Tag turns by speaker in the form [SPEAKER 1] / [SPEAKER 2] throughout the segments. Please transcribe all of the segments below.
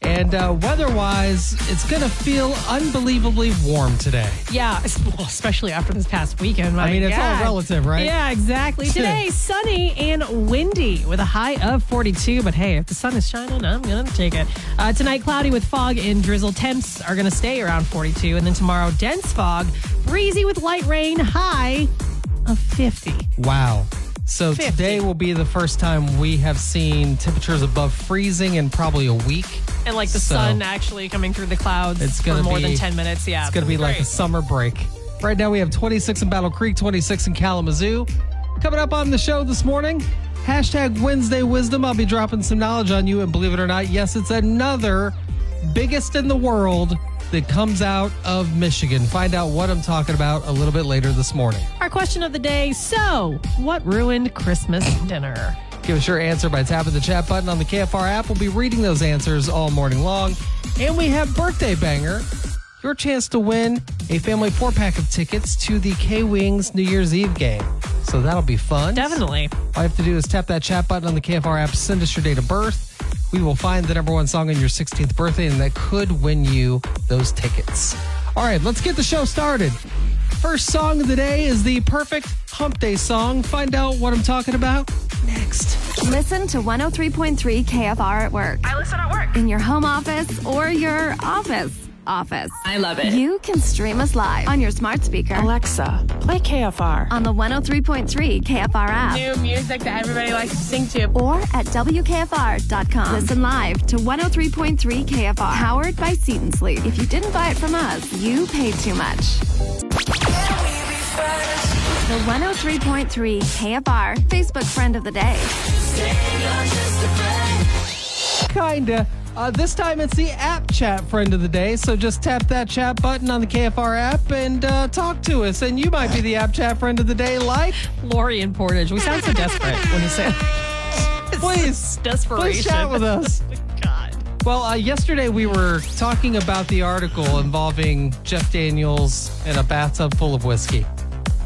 [SPEAKER 1] And uh, weather-wise, it's going to feel unbelievably warm today.
[SPEAKER 2] Yeah, es- well, especially after this past weekend. my
[SPEAKER 1] mean, it's all
[SPEAKER 2] God.
[SPEAKER 1] relative, right?
[SPEAKER 2] Yeah, exactly. Today, sunny and windy with a high of 42. But hey, if the sun is shining, I'm going to take it. Uh, tonight, cloudy with fog and drizzle. Temps are going to stay around 42. And then tomorrow, dense fog, breezy with light rain, high of 50.
[SPEAKER 1] Wow. So
[SPEAKER 2] 50.
[SPEAKER 1] today will be the first time we have seen temperatures above freezing in probably a week.
[SPEAKER 2] And like the
[SPEAKER 1] So-
[SPEAKER 2] sun actually coming through the clouds
[SPEAKER 1] It's
[SPEAKER 2] for
[SPEAKER 1] gonna
[SPEAKER 2] more than
[SPEAKER 1] be-
[SPEAKER 2] 10 minutes. Yeah.
[SPEAKER 1] It's going to be like a
[SPEAKER 2] great.
[SPEAKER 1] summer break. Right now we have 26 in Battle Creek, 26 in Kalamazoo. Coming up on the show this morning, hashtag Wednesday Wisdom. I'll be dropping some knowledge on you. And believe it or not, yes, it's another biggest in the world that comes out of Michigan. Find out what I'm talking about a little bit later this morning.
[SPEAKER 2] Our question of the day. So, what ruined Christmas dinner?
[SPEAKER 1] Give us your answer by tapping the chat button on the KFR app. We'll be reading those answers all morning long. And we have Birthday Banger, your chance to win a family four pack of tickets to the K Wings New Year's Eve game. So that'll be fun.
[SPEAKER 2] Definitely.
[SPEAKER 1] All you have to do is tap that chat button on the KFR app, send us your date of birth. We will find the number one song on your 16th birthday, and that could win you those tickets. All right, let's get the show started. First song of the day is the perfect hump day song. Find out what I'm talking about next.
[SPEAKER 3] Listen to 103.3 KFR at work. I listen at work. In your home office or your office office.
[SPEAKER 4] I love it.
[SPEAKER 3] You can stream us live on your smart speaker
[SPEAKER 4] Alexa, play KFR.
[SPEAKER 3] on the 103.3 KFR app
[SPEAKER 4] New music that everybody likes to sing to.
[SPEAKER 3] or at WKFR.com. Listen live to 103.3 KFR, powered by Seton Sleep. If you didn't buy it from us, you paid too much. The 103.3 KFR Facebook friend of the day.
[SPEAKER 1] Kinda. Uh, this time it's the app chat friend of the day. So just tap that chat button on the KFR app and uh, talk to us. And you might be the app chat friend of the day. Like,
[SPEAKER 2] Lori and Portage. We sound so desperate when you say
[SPEAKER 1] please,
[SPEAKER 2] desperation.
[SPEAKER 1] please chat with us.
[SPEAKER 2] God.
[SPEAKER 1] Well, uh, yesterday we were talking about the article involving Jeff Daniels and a bathtub full of whiskey.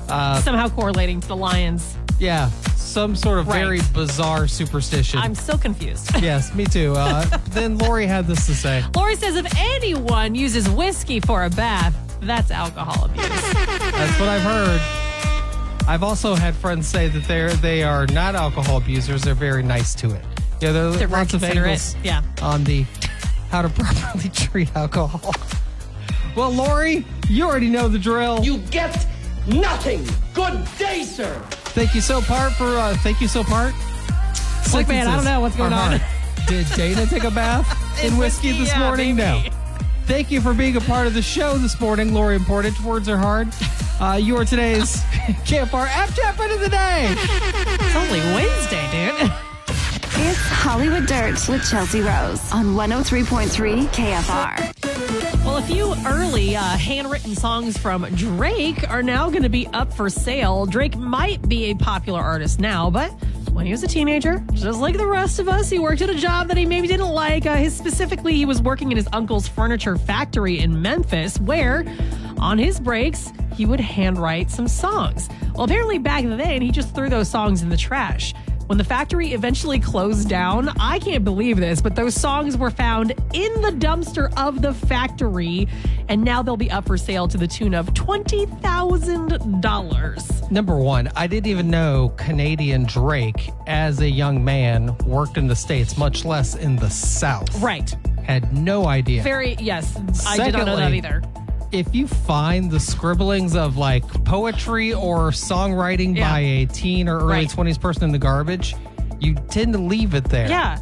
[SPEAKER 2] Uh, Somehow correlating to the Lions.
[SPEAKER 1] Yeah, some sort of very
[SPEAKER 2] Right.
[SPEAKER 1] bizarre superstition.
[SPEAKER 2] I'm so confused.
[SPEAKER 1] yes, me too. Uh, then Lori had this to say.
[SPEAKER 2] Lori says if anyone uses whiskey for a bath, that's alcohol abuse.
[SPEAKER 1] That's what I've heard. I've also had friends say that they're they are not alcohol abusers. They're very nice to it. Yeah, there are
[SPEAKER 2] They're very
[SPEAKER 1] lots of
[SPEAKER 2] considerate.
[SPEAKER 1] angles
[SPEAKER 2] Yeah.
[SPEAKER 1] on the how to properly treat alcohol. Well, Lori, you already know the drill.
[SPEAKER 5] You get nothing. Good day, sir.
[SPEAKER 1] Thank you so part for uh, thank you so part.
[SPEAKER 2] Look, man, I don't know what's going on.
[SPEAKER 1] Did Dana take a bath in whiskey,
[SPEAKER 2] whiskey,
[SPEAKER 1] this
[SPEAKER 2] yeah,
[SPEAKER 1] morning?
[SPEAKER 2] maybe.
[SPEAKER 1] No. Thank you for being a part of the show this morning, Lori and Portage. Words are hard. Uh, you are today's KFR app chat friend of the day.
[SPEAKER 2] It's only Wednesday, dude.
[SPEAKER 3] It's Hollywood Dirt with Chelsea Rose on 103.3 KFR.
[SPEAKER 2] Well, a few early uh, handwritten songs from Drake are now going to be up for sale. Drake might be a popular artist now, but when he was a teenager, just like the rest of us, he worked at a job that he maybe didn't like. Uh, his specifically, he was working in his uncle's furniture factory in Memphis, where on his breaks he would handwrite some songs. Well, apparently back then he just threw those songs in the trash. When the factory eventually closed down, I can't believe this, but those songs were found in the dumpster of the factory, and now they'll be up for sale to the tune of $20,000.
[SPEAKER 1] Number one, I didn't even know Canadian Drake as a young man worked in the states, much less in the South.
[SPEAKER 2] Right.
[SPEAKER 1] Had no idea.
[SPEAKER 2] Very, yes, I did not know that
[SPEAKER 1] Secondly-
[SPEAKER 2] either.
[SPEAKER 1] if you find the scribblings of like poetry or songwriting
[SPEAKER 2] Yeah.
[SPEAKER 1] by a teen or early
[SPEAKER 2] Right.
[SPEAKER 1] 20s person in the garbage, you tend to leave it there.
[SPEAKER 2] Yeah.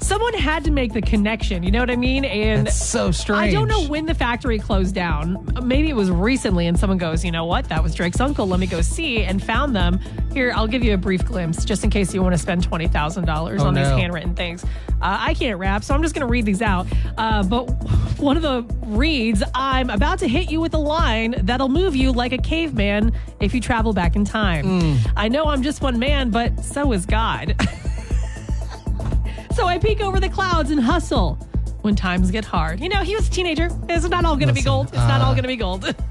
[SPEAKER 2] someone had to make the connection. You know what I mean? And
[SPEAKER 1] That's so strange.
[SPEAKER 2] I don't know when the factory closed down. Maybe it was recently, and someone goes, you know what? That was Drake's uncle. Let me go see and found them. Here, I'll give you a brief glimpse just in case you want to spend $20,000
[SPEAKER 1] Oh,
[SPEAKER 2] on these
[SPEAKER 1] no.
[SPEAKER 2] handwritten things. Uh, I can't rap, so I'm just going to read these out. Uh, but one of the reads, I'm about to hit you with a line that'll move you like a caveman if you travel back in time.
[SPEAKER 1] Hmm.
[SPEAKER 2] I know I'm just one man, but so is God. So I peek over the clouds and hustle when times get hard. You know, he was a teenager. It's not all going to be
[SPEAKER 1] Listen,
[SPEAKER 2] gold. It's not
[SPEAKER 1] uh,
[SPEAKER 2] all going to be gold.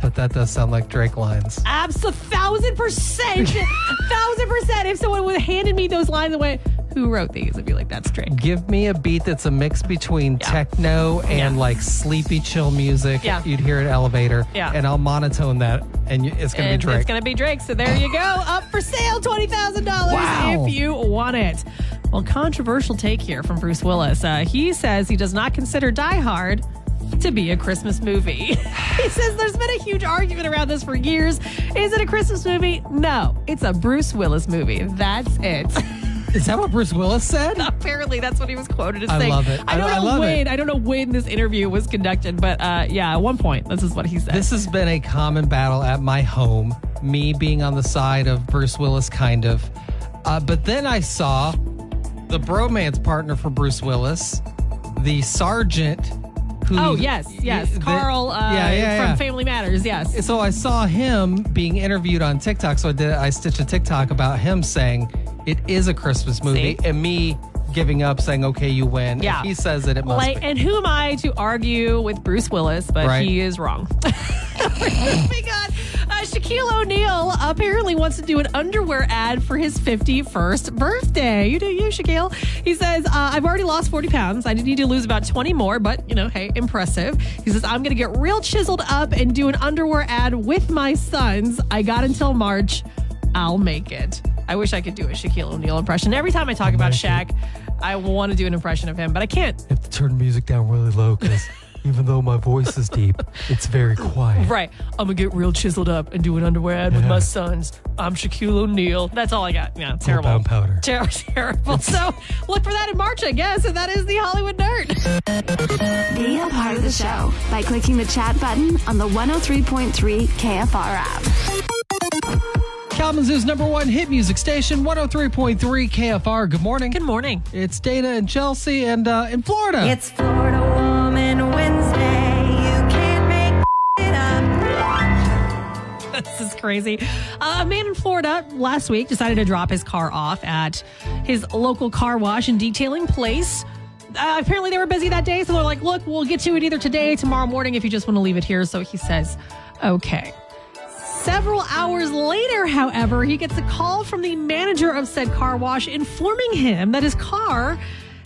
[SPEAKER 1] But that does sound like Drake lines.
[SPEAKER 2] Abs a thousand percent. thousand percent. If someone would have handed me those lines and went, who wrote these? I'd be like, that's Drake.
[SPEAKER 1] Give me a beat that's a mix between techno and
[SPEAKER 2] Yeah.
[SPEAKER 1] like sleepy chill music.
[SPEAKER 2] Yeah.
[SPEAKER 1] You'd hear an elevator.
[SPEAKER 2] Yeah.
[SPEAKER 1] And I'll monotone that and you, it's going to be
[SPEAKER 2] And
[SPEAKER 1] Drake.
[SPEAKER 2] It's going to be Drake. So there you go. Up for sale, $20,000
[SPEAKER 1] Wow.
[SPEAKER 2] if you want it. Well, controversial take here from Bruce Willis. Uh, he says he does not consider Die Hard to be a Christmas movie. he says there's been a huge argument around this for years. Is it a Christmas movie? No, it's a Bruce Willis movie. That's it.
[SPEAKER 1] Is that what Bruce Willis said?
[SPEAKER 2] Apparently, that's what he was quoted as
[SPEAKER 1] I
[SPEAKER 2] saying.
[SPEAKER 1] love it.
[SPEAKER 2] I
[SPEAKER 1] I-
[SPEAKER 2] don't
[SPEAKER 1] I
[SPEAKER 2] know
[SPEAKER 1] love it.
[SPEAKER 2] when. I don't know when this interview was conducted, but uh, yeah, at one point, this is what he said.
[SPEAKER 1] This has been a common battle at my home, me being on the side of Bruce Willis, kind of. Uh, but then I saw the bromance partner for Bruce Willis, the sergeant who.
[SPEAKER 2] Oh yes, yes,
[SPEAKER 1] the-
[SPEAKER 2] Carl uh,
[SPEAKER 1] Yeah, yeah,
[SPEAKER 2] from
[SPEAKER 1] yeah.
[SPEAKER 2] Family Matters. Yes,
[SPEAKER 1] So I saw him being interviewed on TikTok. So I did. I stitched a TikTok about him saying it is a Christmas movie,
[SPEAKER 2] See?
[SPEAKER 1] and me giving up, saying "Okay, you win." If
[SPEAKER 2] Yeah.
[SPEAKER 1] he says it. It must
[SPEAKER 2] like,
[SPEAKER 1] be.
[SPEAKER 2] and who am I to argue with Bruce Willis? But
[SPEAKER 1] Right.
[SPEAKER 2] he is wrong. Moving on, uh, Shaquille O'Neal apparently wants to do an underwear ad for his 51st birthday. You do you, Shaquille. He says, uh, I've already lost 40 pounds. I need to lose about 20 more, but, you know, hey, impressive. He says, I'm going to get real chiseled up and do an underwear ad with my sons. I got until March. I'll make it. I wish I could do a Shaquille O'Neal impression. Every time I talk about Shaq, I want to do an impression of him, but I can't.
[SPEAKER 6] have to turn music down really low because even though my voice is deep, it's very quiet.
[SPEAKER 2] Right. I'm gonna get real chiseled up and do an underwear ad with my sons. I'm Shaquille O'Neal. That's all I got. Yeah, terrible.
[SPEAKER 6] Compound powder.
[SPEAKER 2] Ter- terrible. So look for that in March, I guess. And that is the Hollywood Nerd.
[SPEAKER 3] Be a part of the show by clicking the chat button on the 103.3 KFR app.
[SPEAKER 1] Kalamazoo's number one oh hit music station, 103.3 KFR. Good morning.
[SPEAKER 2] Good morning.
[SPEAKER 1] It's Dana and Chelsea and uh, in Florida.
[SPEAKER 7] It's Florida Woman Wednesday. You can't make it up.
[SPEAKER 2] This is crazy. Uh, a man in Florida last week decided to drop his car off at his local car wash and detailing place. Uh, apparently, they were busy that day, so they're like, look, we'll get to it either today, tomorrow morning, if you just want to leave it here. So he says, okay. Several hours later, however, he gets a call from the manager of said car wash informing him that his car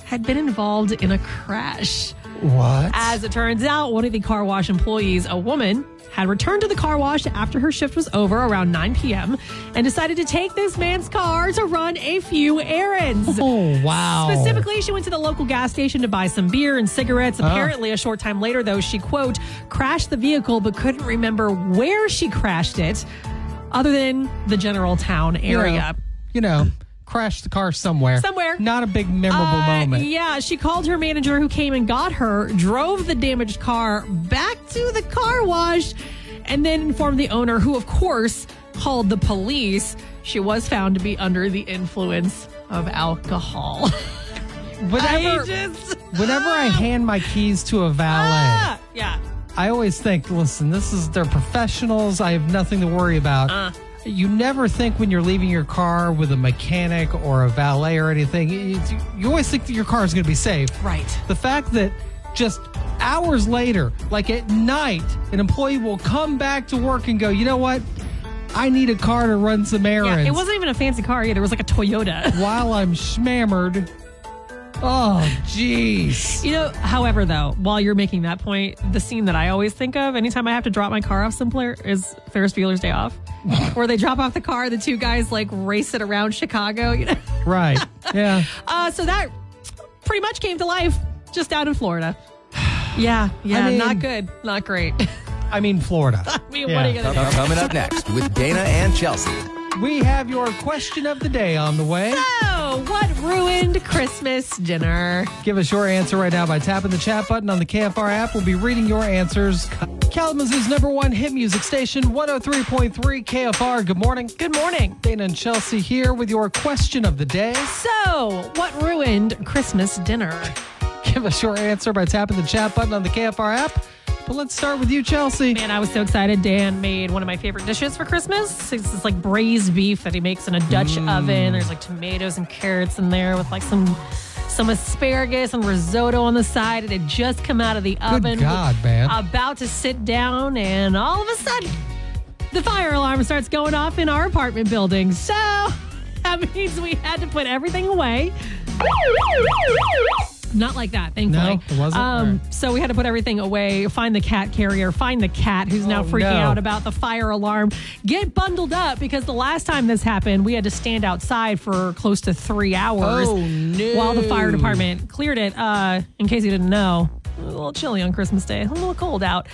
[SPEAKER 2] had been involved in a crash.
[SPEAKER 1] what?
[SPEAKER 2] As it turns out, one of the car wash employees, a woman, had returned to the car wash after her shift was over around 9 p.m. and decided to take this man's car to run a few errands.
[SPEAKER 1] oh, wow.
[SPEAKER 2] Specifically, she went to the local gas station to buy some beer and cigarettes. Apparently, a short time later, though, she, quote, crashed the vehicle but couldn't remember where she crashed it other than the general town
[SPEAKER 1] You know,
[SPEAKER 2] area.
[SPEAKER 1] You know, crash the car somewhere.
[SPEAKER 2] Somewhere.
[SPEAKER 1] Not a big memorable
[SPEAKER 2] Uh,
[SPEAKER 1] moment.
[SPEAKER 2] Yeah, she called her manager who came and got her, drove the damaged car back to the car wash, and then informed the owner, who, of course, called the police. She was found to be under the influence of alcohol.
[SPEAKER 1] Whenever,
[SPEAKER 2] I just-
[SPEAKER 1] whenever I hand my keys to a valet,
[SPEAKER 2] Ah, yeah.
[SPEAKER 1] I always think, listen, this is they're professionals. I have nothing to worry about.
[SPEAKER 2] Uh.
[SPEAKER 1] You never think when you're leaving your car with a mechanic or a valet or anything. You, you always think that your car is going to be safe.
[SPEAKER 2] Right.
[SPEAKER 1] The fact that just hours later, like at night, an employee will come back to work and go, you know what? I need a car to run some
[SPEAKER 2] Yeah,
[SPEAKER 1] errands
[SPEAKER 2] it wasn't even a fancy car either. It was like a Toyota.
[SPEAKER 1] while I'm shmammered. Oh, jeez.
[SPEAKER 2] You know, however, though, while you're making that point, the scene that I always think of anytime I have to drop my car off somewhere is Ferris Bueller's Day Off, where they drop off the car, the two guys like race it around Chicago. You know,
[SPEAKER 1] Right. Yeah.
[SPEAKER 2] uh, so that pretty much came to life just out in Florida. Yeah, yeah,
[SPEAKER 1] I mean-
[SPEAKER 2] not good, not great.
[SPEAKER 1] I mean, Florida.
[SPEAKER 2] I mean, what are you gonna do?
[SPEAKER 8] Coming up next with Dana and Chelsea.
[SPEAKER 1] We have your question of the day on the way.
[SPEAKER 2] Oh, what ruined Christmas dinner?
[SPEAKER 1] Give us your answer right now by tapping the chat button on the KFR app. We'll be reading your answers. Kalamazoo's number one hit music station, 103.3 KFR. Good morning.
[SPEAKER 2] Good morning.
[SPEAKER 1] Dana and Chelsea here with your question of the day.
[SPEAKER 2] So, what ruined Christmas dinner?
[SPEAKER 1] Give us your answer by tapping the chat button on the KFR app. But let's start with you, Chelsea.
[SPEAKER 2] Man, I was so excited. Dan made one of my favorite dishes for Christmas. It's this like braised beef that he makes in a Dutch
[SPEAKER 1] Mm.
[SPEAKER 2] oven. There's like tomatoes and carrots in there with like some some asparagus and risotto on the side. It had just come out of the oven.
[SPEAKER 1] God, man.
[SPEAKER 2] About to sit down, and all of a sudden, the fire alarm starts going off in our apartment building. So that means we had to put everything away. Not like that, thankfully.
[SPEAKER 1] it wasn't?
[SPEAKER 2] Um,
[SPEAKER 1] All right.
[SPEAKER 2] so we had to put everything away, find the cat carrier, find the cat who's now
[SPEAKER 1] Oh,
[SPEAKER 2] freaking
[SPEAKER 1] no.
[SPEAKER 2] out about the fire alarm. Get bundled up because the last time this happened, we had to stand outside for close to three hours
[SPEAKER 1] Oh, no.
[SPEAKER 2] while the fire department cleared it. Uh, in case you didn't know, a little chilly on Christmas Day, a little cold out.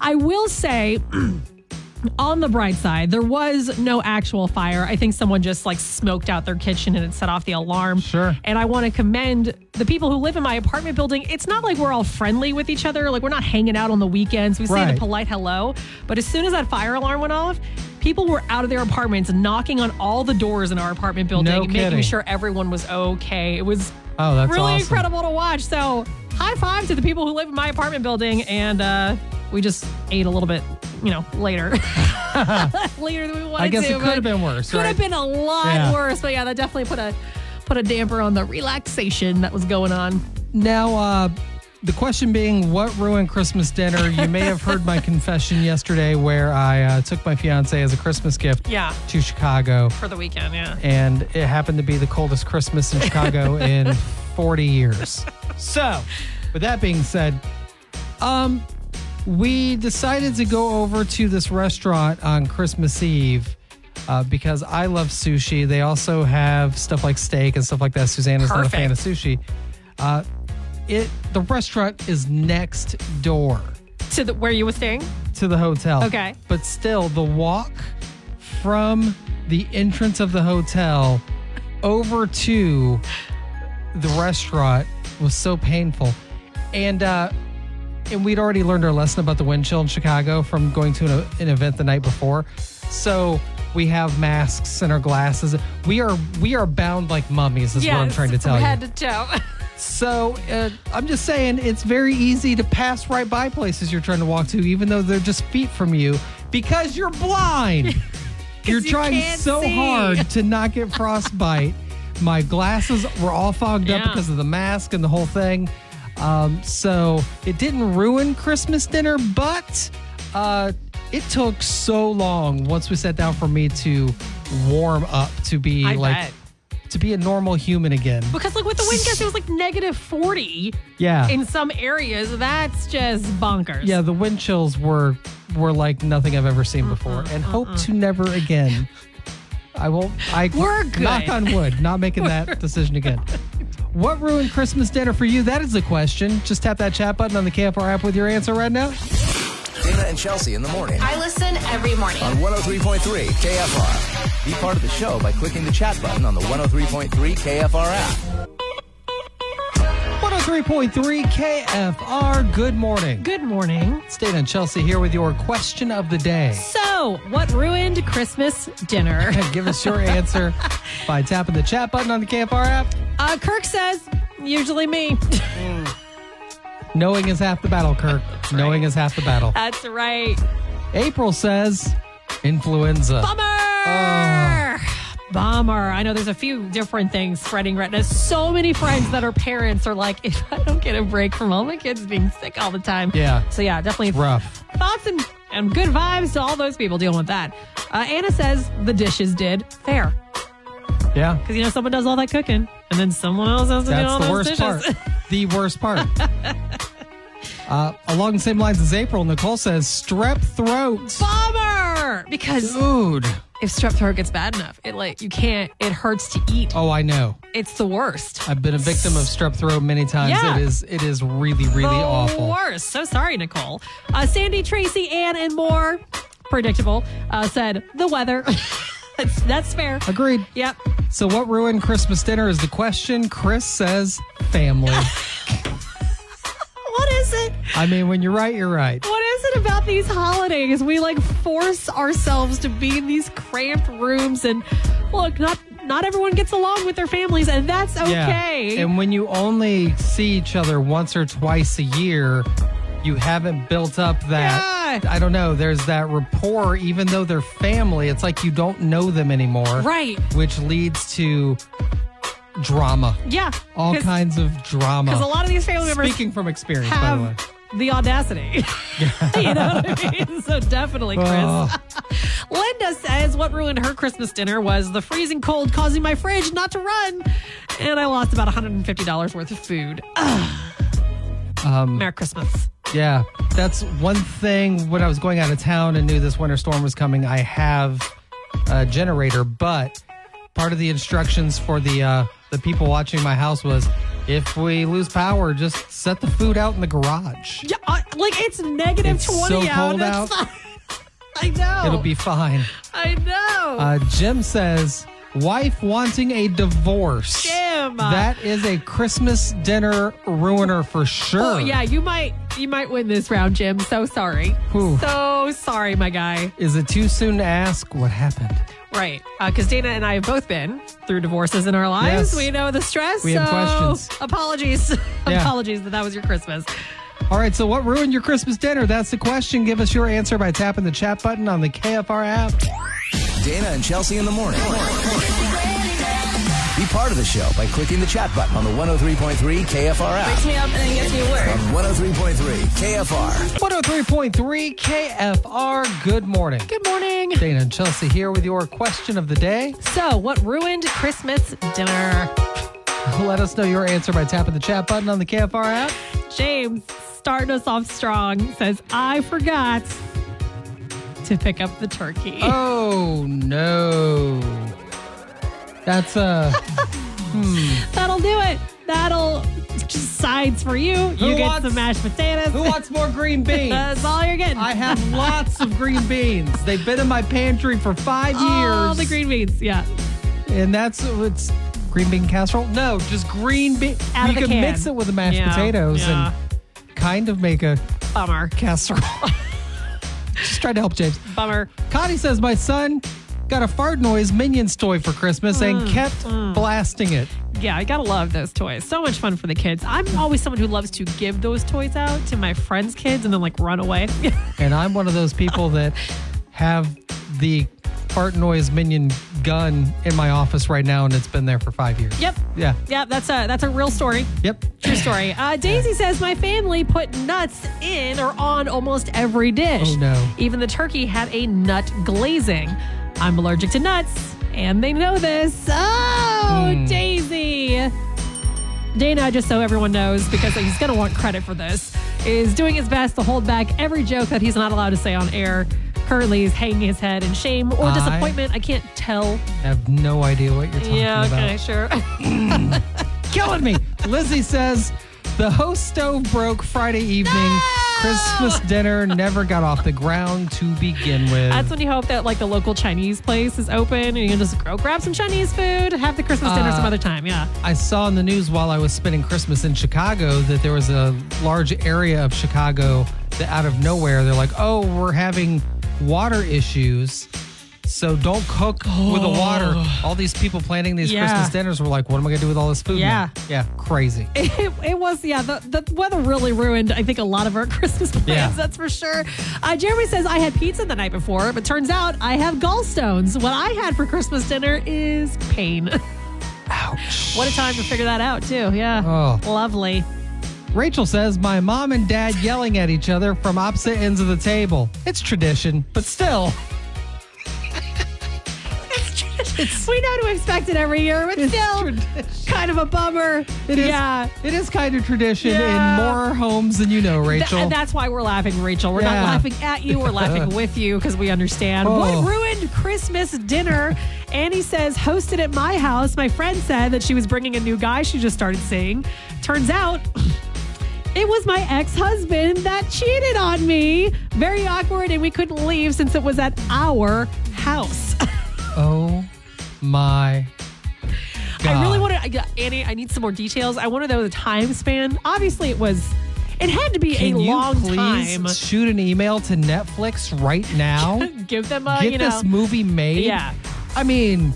[SPEAKER 2] I will say, on the bright side, there was no actual fire. I think someone just like smoked out their kitchen and it set off the alarm.
[SPEAKER 1] Sure.
[SPEAKER 2] And I want to commend the people who live in my apartment building. It's not like we're all friendly with each other. Like we're not hanging out on the weekends. We say
[SPEAKER 1] Right.
[SPEAKER 2] the polite hello. But as soon as that fire alarm went off, people were out of their apartments knocking on all the doors in our apartment building,
[SPEAKER 1] No
[SPEAKER 2] making
[SPEAKER 1] kidding.
[SPEAKER 2] sure everyone was okay. It was
[SPEAKER 1] Oh, that's
[SPEAKER 2] really
[SPEAKER 1] awesome.
[SPEAKER 2] incredible to watch. So high five to the people who live in my apartment building. And uh, we just ate a little bit, you know, later. later than we wanted
[SPEAKER 1] I guess
[SPEAKER 2] to.
[SPEAKER 1] it could
[SPEAKER 2] but
[SPEAKER 1] have been worse,
[SPEAKER 2] Could
[SPEAKER 1] right?
[SPEAKER 2] have been a lot
[SPEAKER 1] Yeah.
[SPEAKER 2] worse. But yeah, that definitely put a put a damper on the relaxation that was going on.
[SPEAKER 1] Now, uh, the question being, what ruined Christmas dinner? You may have heard my confession yesterday where I uh, took my fiance as a Christmas gift
[SPEAKER 2] Yeah.
[SPEAKER 1] to Chicago,
[SPEAKER 2] For the weekend, yeah.
[SPEAKER 1] and it happened to be the coldest Christmas in Chicago in 40 years. So, with that being said, um, we decided to go over to this restaurant on Christmas Eve. Uh, because I love sushi. They also have stuff like steak and stuff like that. Susanna's not a fan of sushi Uh, it the restaurant is next door
[SPEAKER 2] To the, where you were staying?
[SPEAKER 1] to the hotel.
[SPEAKER 2] Okay.
[SPEAKER 1] But still the walk from the entrance of the hotel over to the restaurant was so painful. And uh and we'd already learned our lesson about the wind chill in Chicago from going to an, e, an event the night before. So we have masks and our glasses. We are we are bound like mummies is what I'm trying to tell you.
[SPEAKER 2] head to toe.
[SPEAKER 1] So uh, I'm just saying, it's very easy to pass right by places you're trying to walk to, even though they're just feet from you, because you're blind. you're
[SPEAKER 2] you
[SPEAKER 1] trying
[SPEAKER 2] can't
[SPEAKER 1] so
[SPEAKER 2] see.
[SPEAKER 1] hard to not get frostbite. My glasses were all fogged up
[SPEAKER 2] Yeah.
[SPEAKER 1] because of the mask and the whole thing. Um, so it didn't ruin Christmas dinner, but uh, it took so long once we sat down for me to warm up to be
[SPEAKER 2] I
[SPEAKER 1] like
[SPEAKER 2] bet.
[SPEAKER 1] to be a normal human again.
[SPEAKER 2] because like with the wind gust, it was like negative forty.
[SPEAKER 1] Yeah.
[SPEAKER 2] In some areas, that's just bonkers.
[SPEAKER 1] Yeah, the wind chills were were like nothing I've ever seen before,
[SPEAKER 2] Mm-hmm,
[SPEAKER 1] and hope to never again. I won't. I
[SPEAKER 2] We're good.
[SPEAKER 1] knock on wood, not making that decision again. What ruined Christmas dinner for you? That is the question. Just tap that chat button on the KFR app with your answer right now.
[SPEAKER 8] Dana and Chelsea in the morning
[SPEAKER 9] I listen every morning.
[SPEAKER 8] on 103.3 KFR. Be part of the show by clicking the chat button on the 103.3 KFR app.
[SPEAKER 1] 103.3 KFR. Good morning.
[SPEAKER 2] Good morning.
[SPEAKER 1] It's Dana and Chelsea here with your question of the day.
[SPEAKER 2] So, what ruined Christmas dinner?
[SPEAKER 1] Give us your answer by tapping the chat button on the KFR app.
[SPEAKER 2] Uh, Kirk says, usually me.
[SPEAKER 1] Knowing is half the battle, Kirk. Knowing is half the battle.
[SPEAKER 2] That's right.
[SPEAKER 1] April says influenza.
[SPEAKER 2] Bummer. Bummer. I know there's a few different things spreading right now. So many friends that are parents are like, if I don't get a break from all my kids being sick all the time.
[SPEAKER 1] Yeah.
[SPEAKER 2] So, yeah, definitely
[SPEAKER 1] Rough.
[SPEAKER 2] thoughts and, and good vibes to all those people dealing with that. Uh, Anna says, the dishes did. Fair.
[SPEAKER 1] Yeah.
[SPEAKER 2] Because, you know, someone does all that cooking and then someone else has to do
[SPEAKER 1] That's the
[SPEAKER 2] all those
[SPEAKER 1] worst
[SPEAKER 2] dishes.
[SPEAKER 1] part. The worst part. uh, along the same lines as April, Nicole says strep throat.
[SPEAKER 2] Bummer. Because
[SPEAKER 1] Dude.
[SPEAKER 2] if strep throat gets bad enough, it like you can't. It hurts to eat.
[SPEAKER 1] Oh, I know.
[SPEAKER 2] It's the worst.
[SPEAKER 1] I've been a victim of strep throat many times.
[SPEAKER 2] Yeah.
[SPEAKER 1] It is it is really, really
[SPEAKER 2] the
[SPEAKER 1] awful.
[SPEAKER 2] worst. Oh, So sorry, Nicole. Uh, Sandy, Tracy, Ann, and more. Predictable. Uh, said the weather. That's, that's fair.
[SPEAKER 1] Agreed.
[SPEAKER 2] Yep.
[SPEAKER 1] So, what ruined Christmas dinner is the question. Chris says family.
[SPEAKER 2] What is it?
[SPEAKER 1] I mean, when you're right, you're right.
[SPEAKER 2] What is it about these holidays? We like force ourselves to be in these cramped rooms and look, not not everyone gets along with their families and that's okay.
[SPEAKER 1] And when you only see each other once or twice a year, you haven't built up that.
[SPEAKER 2] Yeah.
[SPEAKER 1] I don't know. There's that rapport, even though they're family. It's like you don't know them anymore.
[SPEAKER 2] Right.
[SPEAKER 1] Which leads to drama.
[SPEAKER 2] yeah.
[SPEAKER 1] All
[SPEAKER 2] Cause-
[SPEAKER 1] kinds of drama.
[SPEAKER 2] Because a lot of these family members
[SPEAKER 1] Speaking from experience, by the way.
[SPEAKER 2] have the audacity. you know what I mean? So definitely, Chris.
[SPEAKER 1] Oh.
[SPEAKER 2] Linda says what ruined her Christmas dinner was the freezing cold causing my fridge not to run. And I lost about $150 worth of food. Um, Merry Christmas.
[SPEAKER 1] Yeah, that's one thing. When I was going out of town and knew this winter storm was coming, I have a generator, but part of the instructions for the uh, the people watching my house was, if we lose power, just set the food out in the garage.
[SPEAKER 2] Yeah, uh, like it's negative
[SPEAKER 1] It's
[SPEAKER 2] 20
[SPEAKER 1] so
[SPEAKER 2] out.
[SPEAKER 1] cold
[SPEAKER 2] It's
[SPEAKER 1] out.
[SPEAKER 2] fine. I know.
[SPEAKER 1] It'll be fine.
[SPEAKER 2] I know.
[SPEAKER 1] Uh, Jim says, wife wanting a divorce.
[SPEAKER 2] Jim.
[SPEAKER 1] That is a Christmas dinner ruiner for sure.
[SPEAKER 2] oh yeah, you might you might win this round, Jim. So sorry.
[SPEAKER 1] Whew.
[SPEAKER 2] So sorry, my guy.
[SPEAKER 1] Is it too soon to ask what happened?
[SPEAKER 2] Right. Because Dana and I have both been through divorces in our lives.
[SPEAKER 1] Yes.
[SPEAKER 2] We know the stress.
[SPEAKER 1] We have
[SPEAKER 2] so
[SPEAKER 1] questions.
[SPEAKER 2] Apologies.
[SPEAKER 1] Yeah.
[SPEAKER 2] apologies that that was your Christmas.
[SPEAKER 1] All right, so what ruined your Christmas dinner? That's the question. Give us your answer by tapping the chat button on the KFR app.
[SPEAKER 8] Dana and Chelsea in the morning. Be part of the show by clicking the chat button on the 103.3 KFR app.
[SPEAKER 4] me up and then gets me
[SPEAKER 8] On
[SPEAKER 4] work.
[SPEAKER 8] 103.3 KFR.
[SPEAKER 1] 103.3 KFR. Good morning.
[SPEAKER 2] Good morning.
[SPEAKER 1] Dana and Chelsea here with your question of the day.
[SPEAKER 2] So, what ruined Christmas dinner?
[SPEAKER 1] Let us know your answer by tapping the chat button on the KFR app.
[SPEAKER 2] James, starting us off strong, says, I forgot to pick up the turkey.
[SPEAKER 1] Oh no. That's uh
[SPEAKER 2] That'll do it. That'll just sides for you. you get
[SPEAKER 1] wants-
[SPEAKER 2] some mashed potatoes.
[SPEAKER 1] who wants more green beans?
[SPEAKER 2] That's all you're getting.
[SPEAKER 1] I have lots of green beans. They've been in my pantry for five
[SPEAKER 2] all
[SPEAKER 1] years.
[SPEAKER 2] the green beans. Yeah.
[SPEAKER 1] And that's it's green bean casserole. No, just green bean.
[SPEAKER 2] Out
[SPEAKER 1] you
[SPEAKER 2] of the
[SPEAKER 1] can
[SPEAKER 2] can.
[SPEAKER 1] mix it with the mashed
[SPEAKER 2] Yeah,
[SPEAKER 1] potatoes
[SPEAKER 2] yeah.
[SPEAKER 1] and kind of make a
[SPEAKER 2] Bummer.
[SPEAKER 1] casserole. just trying to help James.
[SPEAKER 2] Bummer.
[SPEAKER 1] Connie says my son got a fart noise minions toy for Christmas
[SPEAKER 2] Mm,
[SPEAKER 1] and kept blasting it.
[SPEAKER 2] Yeah, I gotta love those toys. So much fun for the kids. I'm always someone who loves to give those toys out to my friends' kids and then like run away.
[SPEAKER 1] And I'm one of those people that have the fart noise minion gun in my office right now, and it's been there for five years.
[SPEAKER 2] yep.
[SPEAKER 1] Yeah.
[SPEAKER 2] Yep. That's a that's a real story.
[SPEAKER 1] Yep.
[SPEAKER 2] True story. Uh, Daisy says my family put nuts in or on almost every dish.
[SPEAKER 1] Oh, no.
[SPEAKER 2] Even the turkey had a nut glazing. I'm allergic to nuts, and they know this. Oh,
[SPEAKER 1] Hmm.
[SPEAKER 2] Daisy. Dana, just so everyone knows, because he's going to want credit for this, is doing his best to hold back every joke that he's not allowed to say on air. Currently, he's hanging his head in shame or
[SPEAKER 1] I-
[SPEAKER 2] disappointment. I can't tell.
[SPEAKER 1] I have no idea what you're talking
[SPEAKER 2] Yeah,
[SPEAKER 1] about.
[SPEAKER 2] okay, sure.
[SPEAKER 1] killing me. Lizzie says the host stove broke Friday evening. Christmas dinner never got off the ground to begin with.
[SPEAKER 2] That's when you hope that like the local Chinese place is open and you can just go grab some Chinese food, have the Christmas dinner some other time. Yeah.
[SPEAKER 1] Uh, I saw in the news while I was spending Christmas in Chicago that there was a large area of Chicago that out of nowhere they're like, "Oh, we're having water issues." So don't cook with the water. All these people planning these
[SPEAKER 2] Oh. Yeah.
[SPEAKER 1] Christmas dinners were like, "What am I going to do with all this food?" now?" yeah,
[SPEAKER 2] Yeah.
[SPEAKER 1] crazy.
[SPEAKER 2] It, it was, yeah, the, the weather really ruined, I think, a lot of our Christmas plans,
[SPEAKER 1] Yeah.
[SPEAKER 2] that's for sure. Uh, Jeremy says, I had pizza the night before, but turns out I have gallstones. What I had for Christmas dinner is pain.
[SPEAKER 1] Ouch.
[SPEAKER 2] what a time to figure that out, too. Yeah.
[SPEAKER 1] Oh.
[SPEAKER 2] Lovely.
[SPEAKER 1] Rachel says, My mom and dad yelling at each other from opposite ends of the table. It's tradition, but still.
[SPEAKER 2] we know to expect it every year, but
[SPEAKER 1] It's
[SPEAKER 2] still
[SPEAKER 1] tradition.
[SPEAKER 2] kind of a bummer.
[SPEAKER 1] It is,
[SPEAKER 2] Yeah.
[SPEAKER 1] it is kind of tradition
[SPEAKER 2] Yeah.
[SPEAKER 1] in more homes than you know,
[SPEAKER 2] Th-
[SPEAKER 1] Rachel.
[SPEAKER 2] and that's why we're laughing, Rachel. We're
[SPEAKER 1] Yeah.
[SPEAKER 2] not laughing at you. We're laughing with you because we understand.
[SPEAKER 1] Oh.
[SPEAKER 2] What ruined Christmas dinner? Annie says, hosted at my house. My friend said that she was bringing a new guy she just started seeing. Turns out. It was my ex husband that cheated on me. Very awkward, and we couldn't leave since it was at our house.
[SPEAKER 1] Oh my God.
[SPEAKER 2] I really want to, Annie, I need some more details. I want to know the time span. Obviously, it was, it had to be
[SPEAKER 1] Can
[SPEAKER 2] a
[SPEAKER 1] you
[SPEAKER 2] long
[SPEAKER 1] please
[SPEAKER 2] time.
[SPEAKER 1] shoot an email to Netflix right now?
[SPEAKER 2] Give them a,
[SPEAKER 1] Get
[SPEAKER 2] you know.
[SPEAKER 1] this movie made.
[SPEAKER 2] Yeah.
[SPEAKER 1] I mean,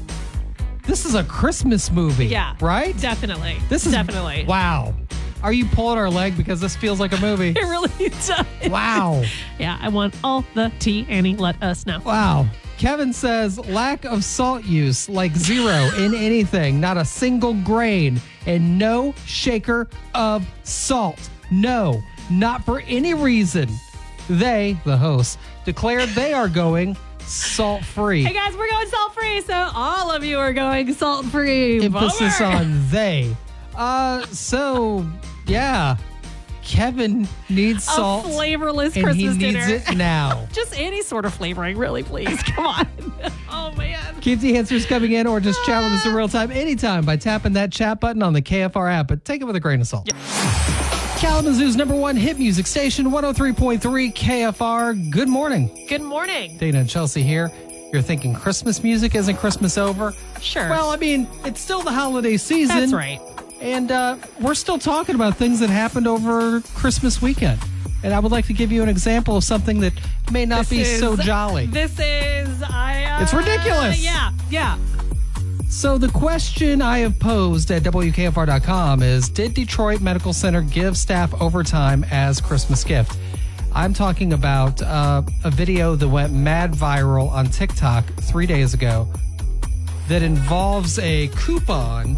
[SPEAKER 1] this is a Christmas movie.
[SPEAKER 2] Yeah.
[SPEAKER 1] Right?
[SPEAKER 2] Definitely.
[SPEAKER 1] This is
[SPEAKER 2] definitely.
[SPEAKER 1] Wow. Are you pulling our leg because this feels like a movie?
[SPEAKER 2] It really does.
[SPEAKER 1] wow.
[SPEAKER 2] Yeah, I want all the tea, Annie. Let us know.
[SPEAKER 1] Wow. Kevin says lack of salt use, like zero in anything, not a single grain, and no shaker of salt. No, not for any reason. They, the hosts, declared they are going salt
[SPEAKER 2] Hey
[SPEAKER 1] free.
[SPEAKER 2] guys, we're going salt free, so all of you are going salt free.
[SPEAKER 1] Emphasis on they. Uh, so yeah, Kevin needs
[SPEAKER 2] a
[SPEAKER 1] salt,
[SPEAKER 2] flavorless
[SPEAKER 1] and
[SPEAKER 2] Christmas
[SPEAKER 1] he needs
[SPEAKER 2] dinner.
[SPEAKER 1] it now.
[SPEAKER 2] Just any sort of flavoring, really, please. Come on. oh man.
[SPEAKER 1] Keep the answers coming in or just chat with us in real time anytime by tapping that chat button on the KFR app, but take it with a grain of salt. Kalamazoo's number one hit music station, 103.3 KFR. Good morning.
[SPEAKER 2] Good morning.
[SPEAKER 1] Dana and Chelsea here. You're thinking Christmas music isn't Christmas over?
[SPEAKER 2] Sure.
[SPEAKER 1] Well, I mean, it's still the holiday season.
[SPEAKER 2] that's right.
[SPEAKER 1] And uh, we're still talking about things that happened over Christmas weekend. And I would like to give you an example of something that may not be
[SPEAKER 2] This
[SPEAKER 1] so
[SPEAKER 2] is-
[SPEAKER 1] jolly.
[SPEAKER 2] This is I. Uh,
[SPEAKER 1] It's ridiculous.
[SPEAKER 2] Yeah. Yeah.
[SPEAKER 1] So the question I have posed at WKFR.com is Did Detroit Medical Center give staff overtime as Christmas gift? I'm talking about uh, a video that went mad viral on TikTok three days ago that involves a coupon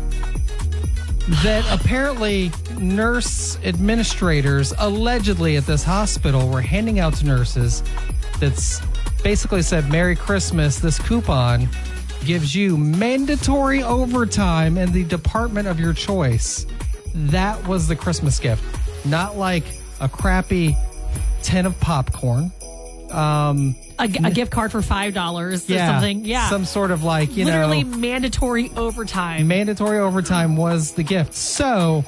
[SPEAKER 1] that apparently nurse administrators allegedly at this hospital were handing out to nurses that's basically said merry christmas this coupon gives you mandatory overtime in the department of your choice that was the christmas gift not like a crappy tin of popcorn um
[SPEAKER 2] A, g- a gift card for five dollars or something. Yeah.
[SPEAKER 1] some sort of like you
[SPEAKER 2] Literally
[SPEAKER 1] know
[SPEAKER 2] mandatory overtime.
[SPEAKER 1] mandatory overtime was the gift. So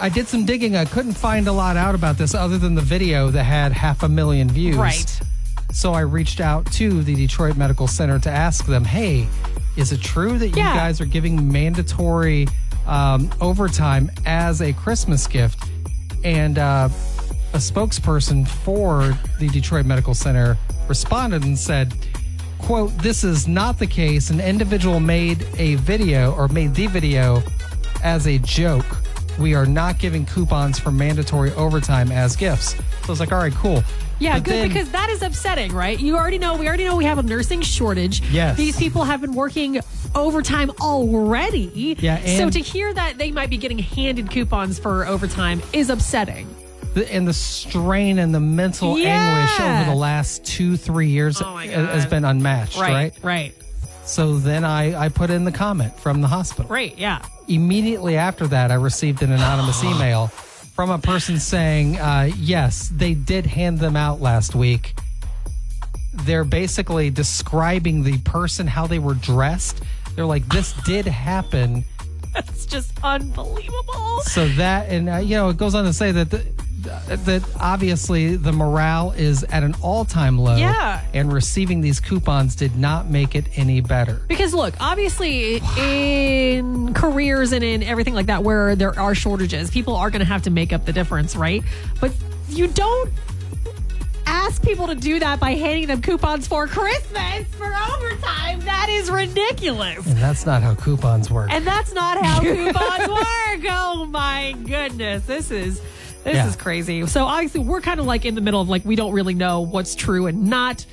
[SPEAKER 1] I did some digging. I couldn't find a lot out about this other than the video that had half a million views.
[SPEAKER 2] Right.
[SPEAKER 1] So I reached out to the Detroit Medical Center to ask them, hey, is it true that
[SPEAKER 2] Yeah.
[SPEAKER 1] you guys are giving mandatory um, overtime as a Christmas gift? And uh, a spokesperson for the Detroit Medical Center responded and said, quote, this is not the case. An individual made a video or made the video as a joke. We are not giving coupons for mandatory overtime as gifts. So I was like, all right, cool.
[SPEAKER 2] Yeah,
[SPEAKER 1] But
[SPEAKER 2] good
[SPEAKER 1] then-
[SPEAKER 2] because that is upsetting, right? You already know we already know we have a nursing shortage.
[SPEAKER 1] Yes.
[SPEAKER 2] These people have been working overtime already.
[SPEAKER 1] Yeah,
[SPEAKER 2] so
[SPEAKER 1] and-
[SPEAKER 2] to hear that they might be getting handed coupons for overtime is upsetting.
[SPEAKER 1] the, and the strain and the mental
[SPEAKER 2] Yeah.
[SPEAKER 1] anguish over the last two three years
[SPEAKER 2] Oh my
[SPEAKER 1] ha- has
[SPEAKER 2] God.
[SPEAKER 1] been unmatched right,
[SPEAKER 2] Right. Right.
[SPEAKER 1] so then I, I put in the comment from the hospital
[SPEAKER 2] Right. Yeah.
[SPEAKER 1] immediately after that i received an anonymous email from a person saying uh, yes they did hand them out last week they're basically describing the person how they were dressed they're like this did happen
[SPEAKER 2] It's just unbelievable.
[SPEAKER 1] So that, and uh, you know, it goes on to say that the, that obviously the morale is at an all time low.
[SPEAKER 2] Yeah.
[SPEAKER 1] And receiving these coupons did not make it any better.
[SPEAKER 2] Because look, obviously, in careers and in everything like that, where there are shortages, people are going to have to make up the difference, right? But you don't ask people to do that by handing them coupons for Christmas for overtime. That is ridiculous.
[SPEAKER 1] And that's not how coupons work.
[SPEAKER 2] And that's not how coupons work. Oh my goodness. This is this
[SPEAKER 1] Yeah.
[SPEAKER 2] is crazy. So obviously we're kind of like in the middle of like we don't really know what's true and not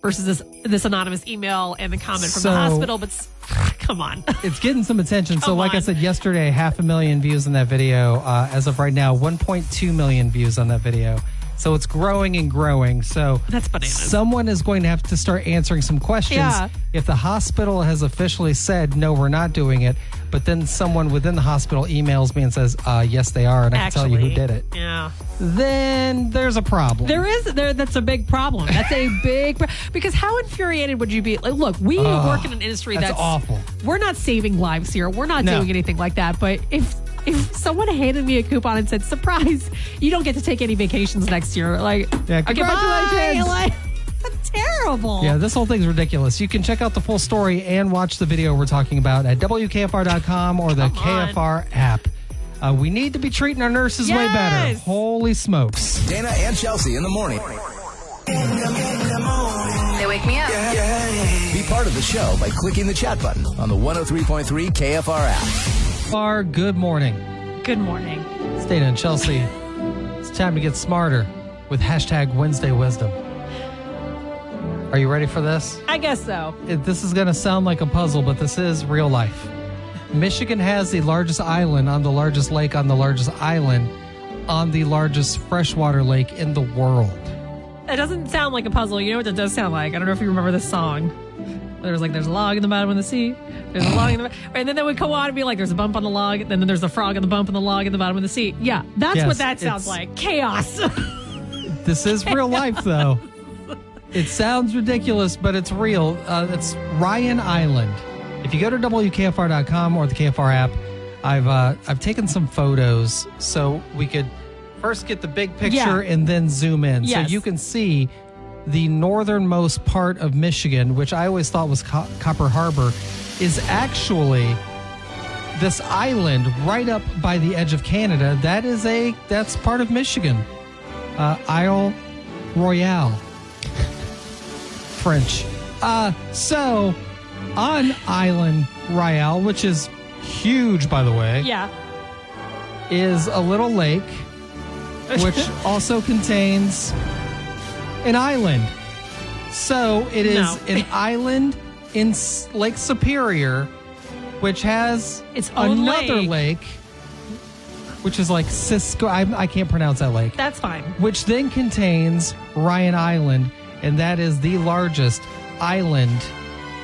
[SPEAKER 2] versus this this anonymous email and the comment from
[SPEAKER 1] So-
[SPEAKER 2] the hospital, but s- come on.
[SPEAKER 1] it's getting some attention. So,
[SPEAKER 2] Come
[SPEAKER 1] like I
[SPEAKER 2] on.
[SPEAKER 1] said yesterday, half a million views on that video. Uh, as of right now, 1.2 million views on that video. So it's growing and growing. So
[SPEAKER 2] That's bananas.
[SPEAKER 1] Someone is going to have to start answering some questions.
[SPEAKER 2] Yeah.
[SPEAKER 1] If the hospital has officially said no, we're not doing it, but then someone within the hospital emails me and says, uh, "Yes, they are," and I
[SPEAKER 2] Actually,
[SPEAKER 1] can tell you who did it,
[SPEAKER 2] Yeah.
[SPEAKER 1] then there's a problem.
[SPEAKER 2] There is there. That's a big problem. That's a big pro- because how infuriated would you be? Like, look, we work in an industry
[SPEAKER 1] that's
[SPEAKER 2] that's,
[SPEAKER 1] awful.
[SPEAKER 2] We're not saving lives here. We're not
[SPEAKER 1] No.
[SPEAKER 2] doing anything like that. But if if someone handed me a coupon and said, "Surprise, you don't get to take any vacations next year," like,
[SPEAKER 1] Yeah,
[SPEAKER 2] okay, bye.
[SPEAKER 1] congratulations.
[SPEAKER 2] Like, that's terrible. terrible.
[SPEAKER 1] Yeah, this whole thing's ridiculous. You can check out the full story and watch the video we're talking about at WKFR.com or the
[SPEAKER 2] Come on.
[SPEAKER 1] KFR app. Uh, we need to be treating our nurses way better.
[SPEAKER 2] Yes.
[SPEAKER 1] Holy smokes.
[SPEAKER 8] Dana and Chelsea in the morning.
[SPEAKER 7] They wake me up.
[SPEAKER 8] Be part of the show by clicking the chat button on the 103.3 KFR app.
[SPEAKER 1] Far good morning.
[SPEAKER 2] Good morning.
[SPEAKER 1] It's Dana and Chelsea. It's time to get smarter with hashtag Wednesday Wisdom. Are you ready for this?
[SPEAKER 2] I guess so.
[SPEAKER 1] It- This is going to sound like a puzzle, but this is real life. Michigan has the largest island on the largest lake on the largest island on the largest freshwater lake in the world.
[SPEAKER 2] That doesn't sound like a puzzle. You know what that does sound like? I don't know if you remember this song. There's like there's a log in the bottom of the sea. There's a log in the and then that would go on and be like there's a bump on the log, and then there's a frog on the bump in the log in the bottom of the sea. Yeah, that's
[SPEAKER 1] Yes,
[SPEAKER 2] what that sounds
[SPEAKER 1] it's-
[SPEAKER 2] like. Chaos.
[SPEAKER 1] This is real life, though. It sounds ridiculous, but it's real. Uh, it's Ryan Island. If you go to WKFR.com or the KFR app, I've uh, I've taken some photos so we could first get the big picture
[SPEAKER 2] Yeah.
[SPEAKER 1] and then zoom in,
[SPEAKER 2] Yes.
[SPEAKER 1] so you can see the northernmost part of Michigan, which I always thought was Co- Copper Harbor, is actually this island right up by the edge of Canada. That is a that's part of Michigan uh, Isle Royale. French. Uh, so, on Island Royale, which is huge, by the way,
[SPEAKER 2] yeah.
[SPEAKER 1] is a little lake, which also contains an island. So, it is
[SPEAKER 2] No.
[SPEAKER 1] an island in S- Lake Superior, which has
[SPEAKER 2] Its own
[SPEAKER 1] another
[SPEAKER 2] lake.
[SPEAKER 1] lake. which is like Cisco. I, I can't pronounce that lake
[SPEAKER 2] That's fine.
[SPEAKER 1] which then contains Ryan Island, and that is the largest island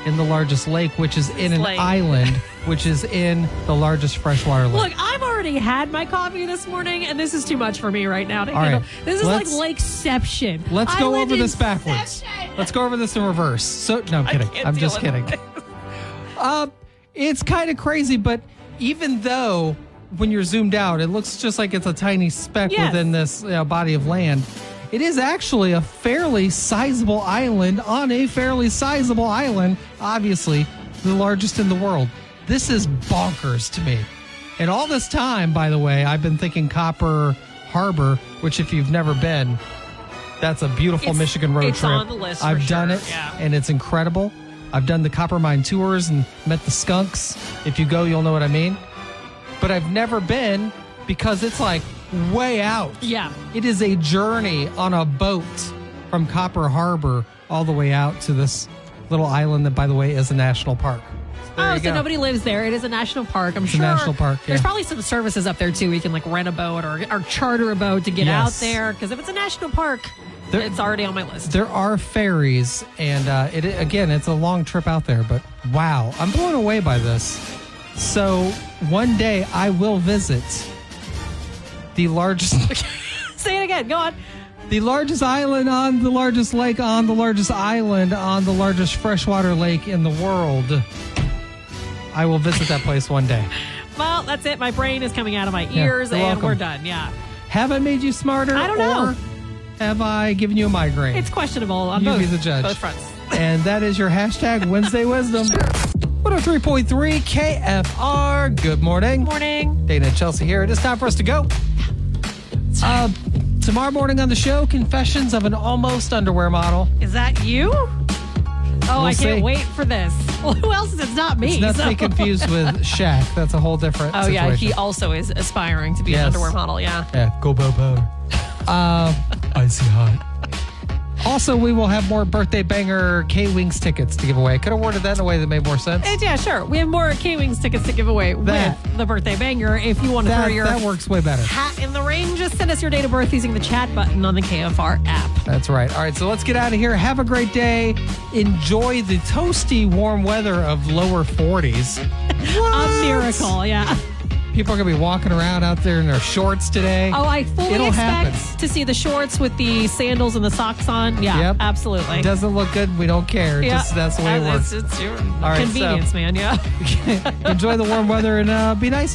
[SPEAKER 1] in the largest lake, which is in an
[SPEAKER 2] Lake.
[SPEAKER 1] island, which is in the largest freshwater lake.
[SPEAKER 2] Look, I've already had my coffee this morning, and this is too much for me right now. To
[SPEAKER 1] All
[SPEAKER 2] handle.
[SPEAKER 1] right.
[SPEAKER 2] This is
[SPEAKER 1] Let's-
[SPEAKER 2] like Lakeception.
[SPEAKER 1] Let's go
[SPEAKER 2] Island
[SPEAKER 1] over this
[SPEAKER 2] Inception.
[SPEAKER 1] backwards. Let's go over this in reverse. So no, I'm kidding.
[SPEAKER 2] can't
[SPEAKER 1] I'm
[SPEAKER 2] deal
[SPEAKER 1] just
[SPEAKER 2] with
[SPEAKER 1] kidding. uh, it's kind of crazy, but even though when you're zoomed out, it looks just like it's a tiny speck
[SPEAKER 2] Yes.
[SPEAKER 1] within this you know, body of land. It is actually a fairly sizable island on a fairly sizable island, obviously the largest in the world. This is bonkers to me. And all this time, by the way, I've been thinking Copper Harbor, which if you've never been, that's a beautiful
[SPEAKER 2] It's-
[SPEAKER 1] Michigan road
[SPEAKER 2] it's
[SPEAKER 1] trip.
[SPEAKER 2] on the list for
[SPEAKER 1] I've done
[SPEAKER 2] sure,
[SPEAKER 1] it,
[SPEAKER 2] yeah.
[SPEAKER 1] and it's incredible. I've done the Copper Mine tours and met the skunks. If you go, you'll know what I mean. But I've never been because it's like way out.
[SPEAKER 2] Yeah.
[SPEAKER 1] It is a journey on a boat from Copper Harbor all the way out to this little island that, by the way, is a national park. So there
[SPEAKER 2] oh,
[SPEAKER 1] you
[SPEAKER 2] so
[SPEAKER 1] go.
[SPEAKER 2] nobody lives there. It is a national park. I'm
[SPEAKER 1] a
[SPEAKER 2] sure.
[SPEAKER 1] national park,
[SPEAKER 2] There's
[SPEAKER 1] yeah.
[SPEAKER 2] probably some services up there too. We can like rent a boat or, or charter a boat to get
[SPEAKER 1] Yes.
[SPEAKER 2] out there. Because if it's a national park,
[SPEAKER 1] There-
[SPEAKER 2] it's already on my list.
[SPEAKER 1] There are ferries, and uh, it again, it's a long trip out there. But wow, I'm blown away by this. So one day I will visit the largest,
[SPEAKER 2] Say it again. Go on.
[SPEAKER 1] the largest island on the largest lake on the largest island on the largest freshwater lake in the world. I will visit that place one day.
[SPEAKER 2] Well, that's it. My brain is coming out of my
[SPEAKER 1] Yeah,
[SPEAKER 2] ears,
[SPEAKER 1] you're
[SPEAKER 2] and
[SPEAKER 1] welcome.
[SPEAKER 2] we're done. Yeah.
[SPEAKER 1] Have I made you smarter?
[SPEAKER 2] I don't know.
[SPEAKER 1] Or have I given you a migraine?
[SPEAKER 2] It's questionable on
[SPEAKER 1] You
[SPEAKER 2] both,
[SPEAKER 1] be the judge.
[SPEAKER 2] both fronts.
[SPEAKER 1] and that is your hashtag Wednesday Wisdom. 103.3 KFR. Good morning.
[SPEAKER 2] Morning.
[SPEAKER 1] Dana and Chelsea here. It is time for us to go. Uh, tomorrow morning on the show, confessions of an almost underwear model.
[SPEAKER 2] Is that you? Oh, I can't
[SPEAKER 1] see.
[SPEAKER 2] wait for this. Well, who else? is It's not me.
[SPEAKER 1] It's not to
[SPEAKER 2] so-
[SPEAKER 1] be confused with Shaq. That's a whole different
[SPEAKER 2] Oh
[SPEAKER 1] situation.
[SPEAKER 2] yeah, he also is aspiring to be
[SPEAKER 1] Yes.
[SPEAKER 2] an underwear model. Yeah.
[SPEAKER 6] Go bow bow. Uh, icy hot.
[SPEAKER 1] Also, we will have more birthday banger K Wings tickets to give away. I could have worded that in a way that made more sense.
[SPEAKER 2] And yeah, sure. We have more K Wings tickets to give away
[SPEAKER 1] That-
[SPEAKER 2] with the birthday banger. If you want to throw
[SPEAKER 1] That,
[SPEAKER 2] your
[SPEAKER 1] that works way better.
[SPEAKER 2] hat in the ring, just send us your date of birth using the chat button on the KFR app.
[SPEAKER 1] That's right. All right, so let's get out of here. Have a great day. Enjoy the toasty warm weather of lower 40s.
[SPEAKER 2] A miracle, yeah.
[SPEAKER 1] People are going to be walking around out there in their shorts today.
[SPEAKER 2] Oh, I fully
[SPEAKER 1] It'll
[SPEAKER 2] expect
[SPEAKER 1] happen.
[SPEAKER 2] to see the shorts with the sandals and the socks on. Yeah,
[SPEAKER 1] Yep.
[SPEAKER 2] absolutely.
[SPEAKER 1] It doesn't look good. We don't care.
[SPEAKER 2] yeah.
[SPEAKER 1] Just, that's the way it
[SPEAKER 2] It's-
[SPEAKER 1] works.
[SPEAKER 2] It's, your
[SPEAKER 1] right,
[SPEAKER 2] convenience, man. Yeah.
[SPEAKER 1] Enjoy the warm weather and uh, be nice.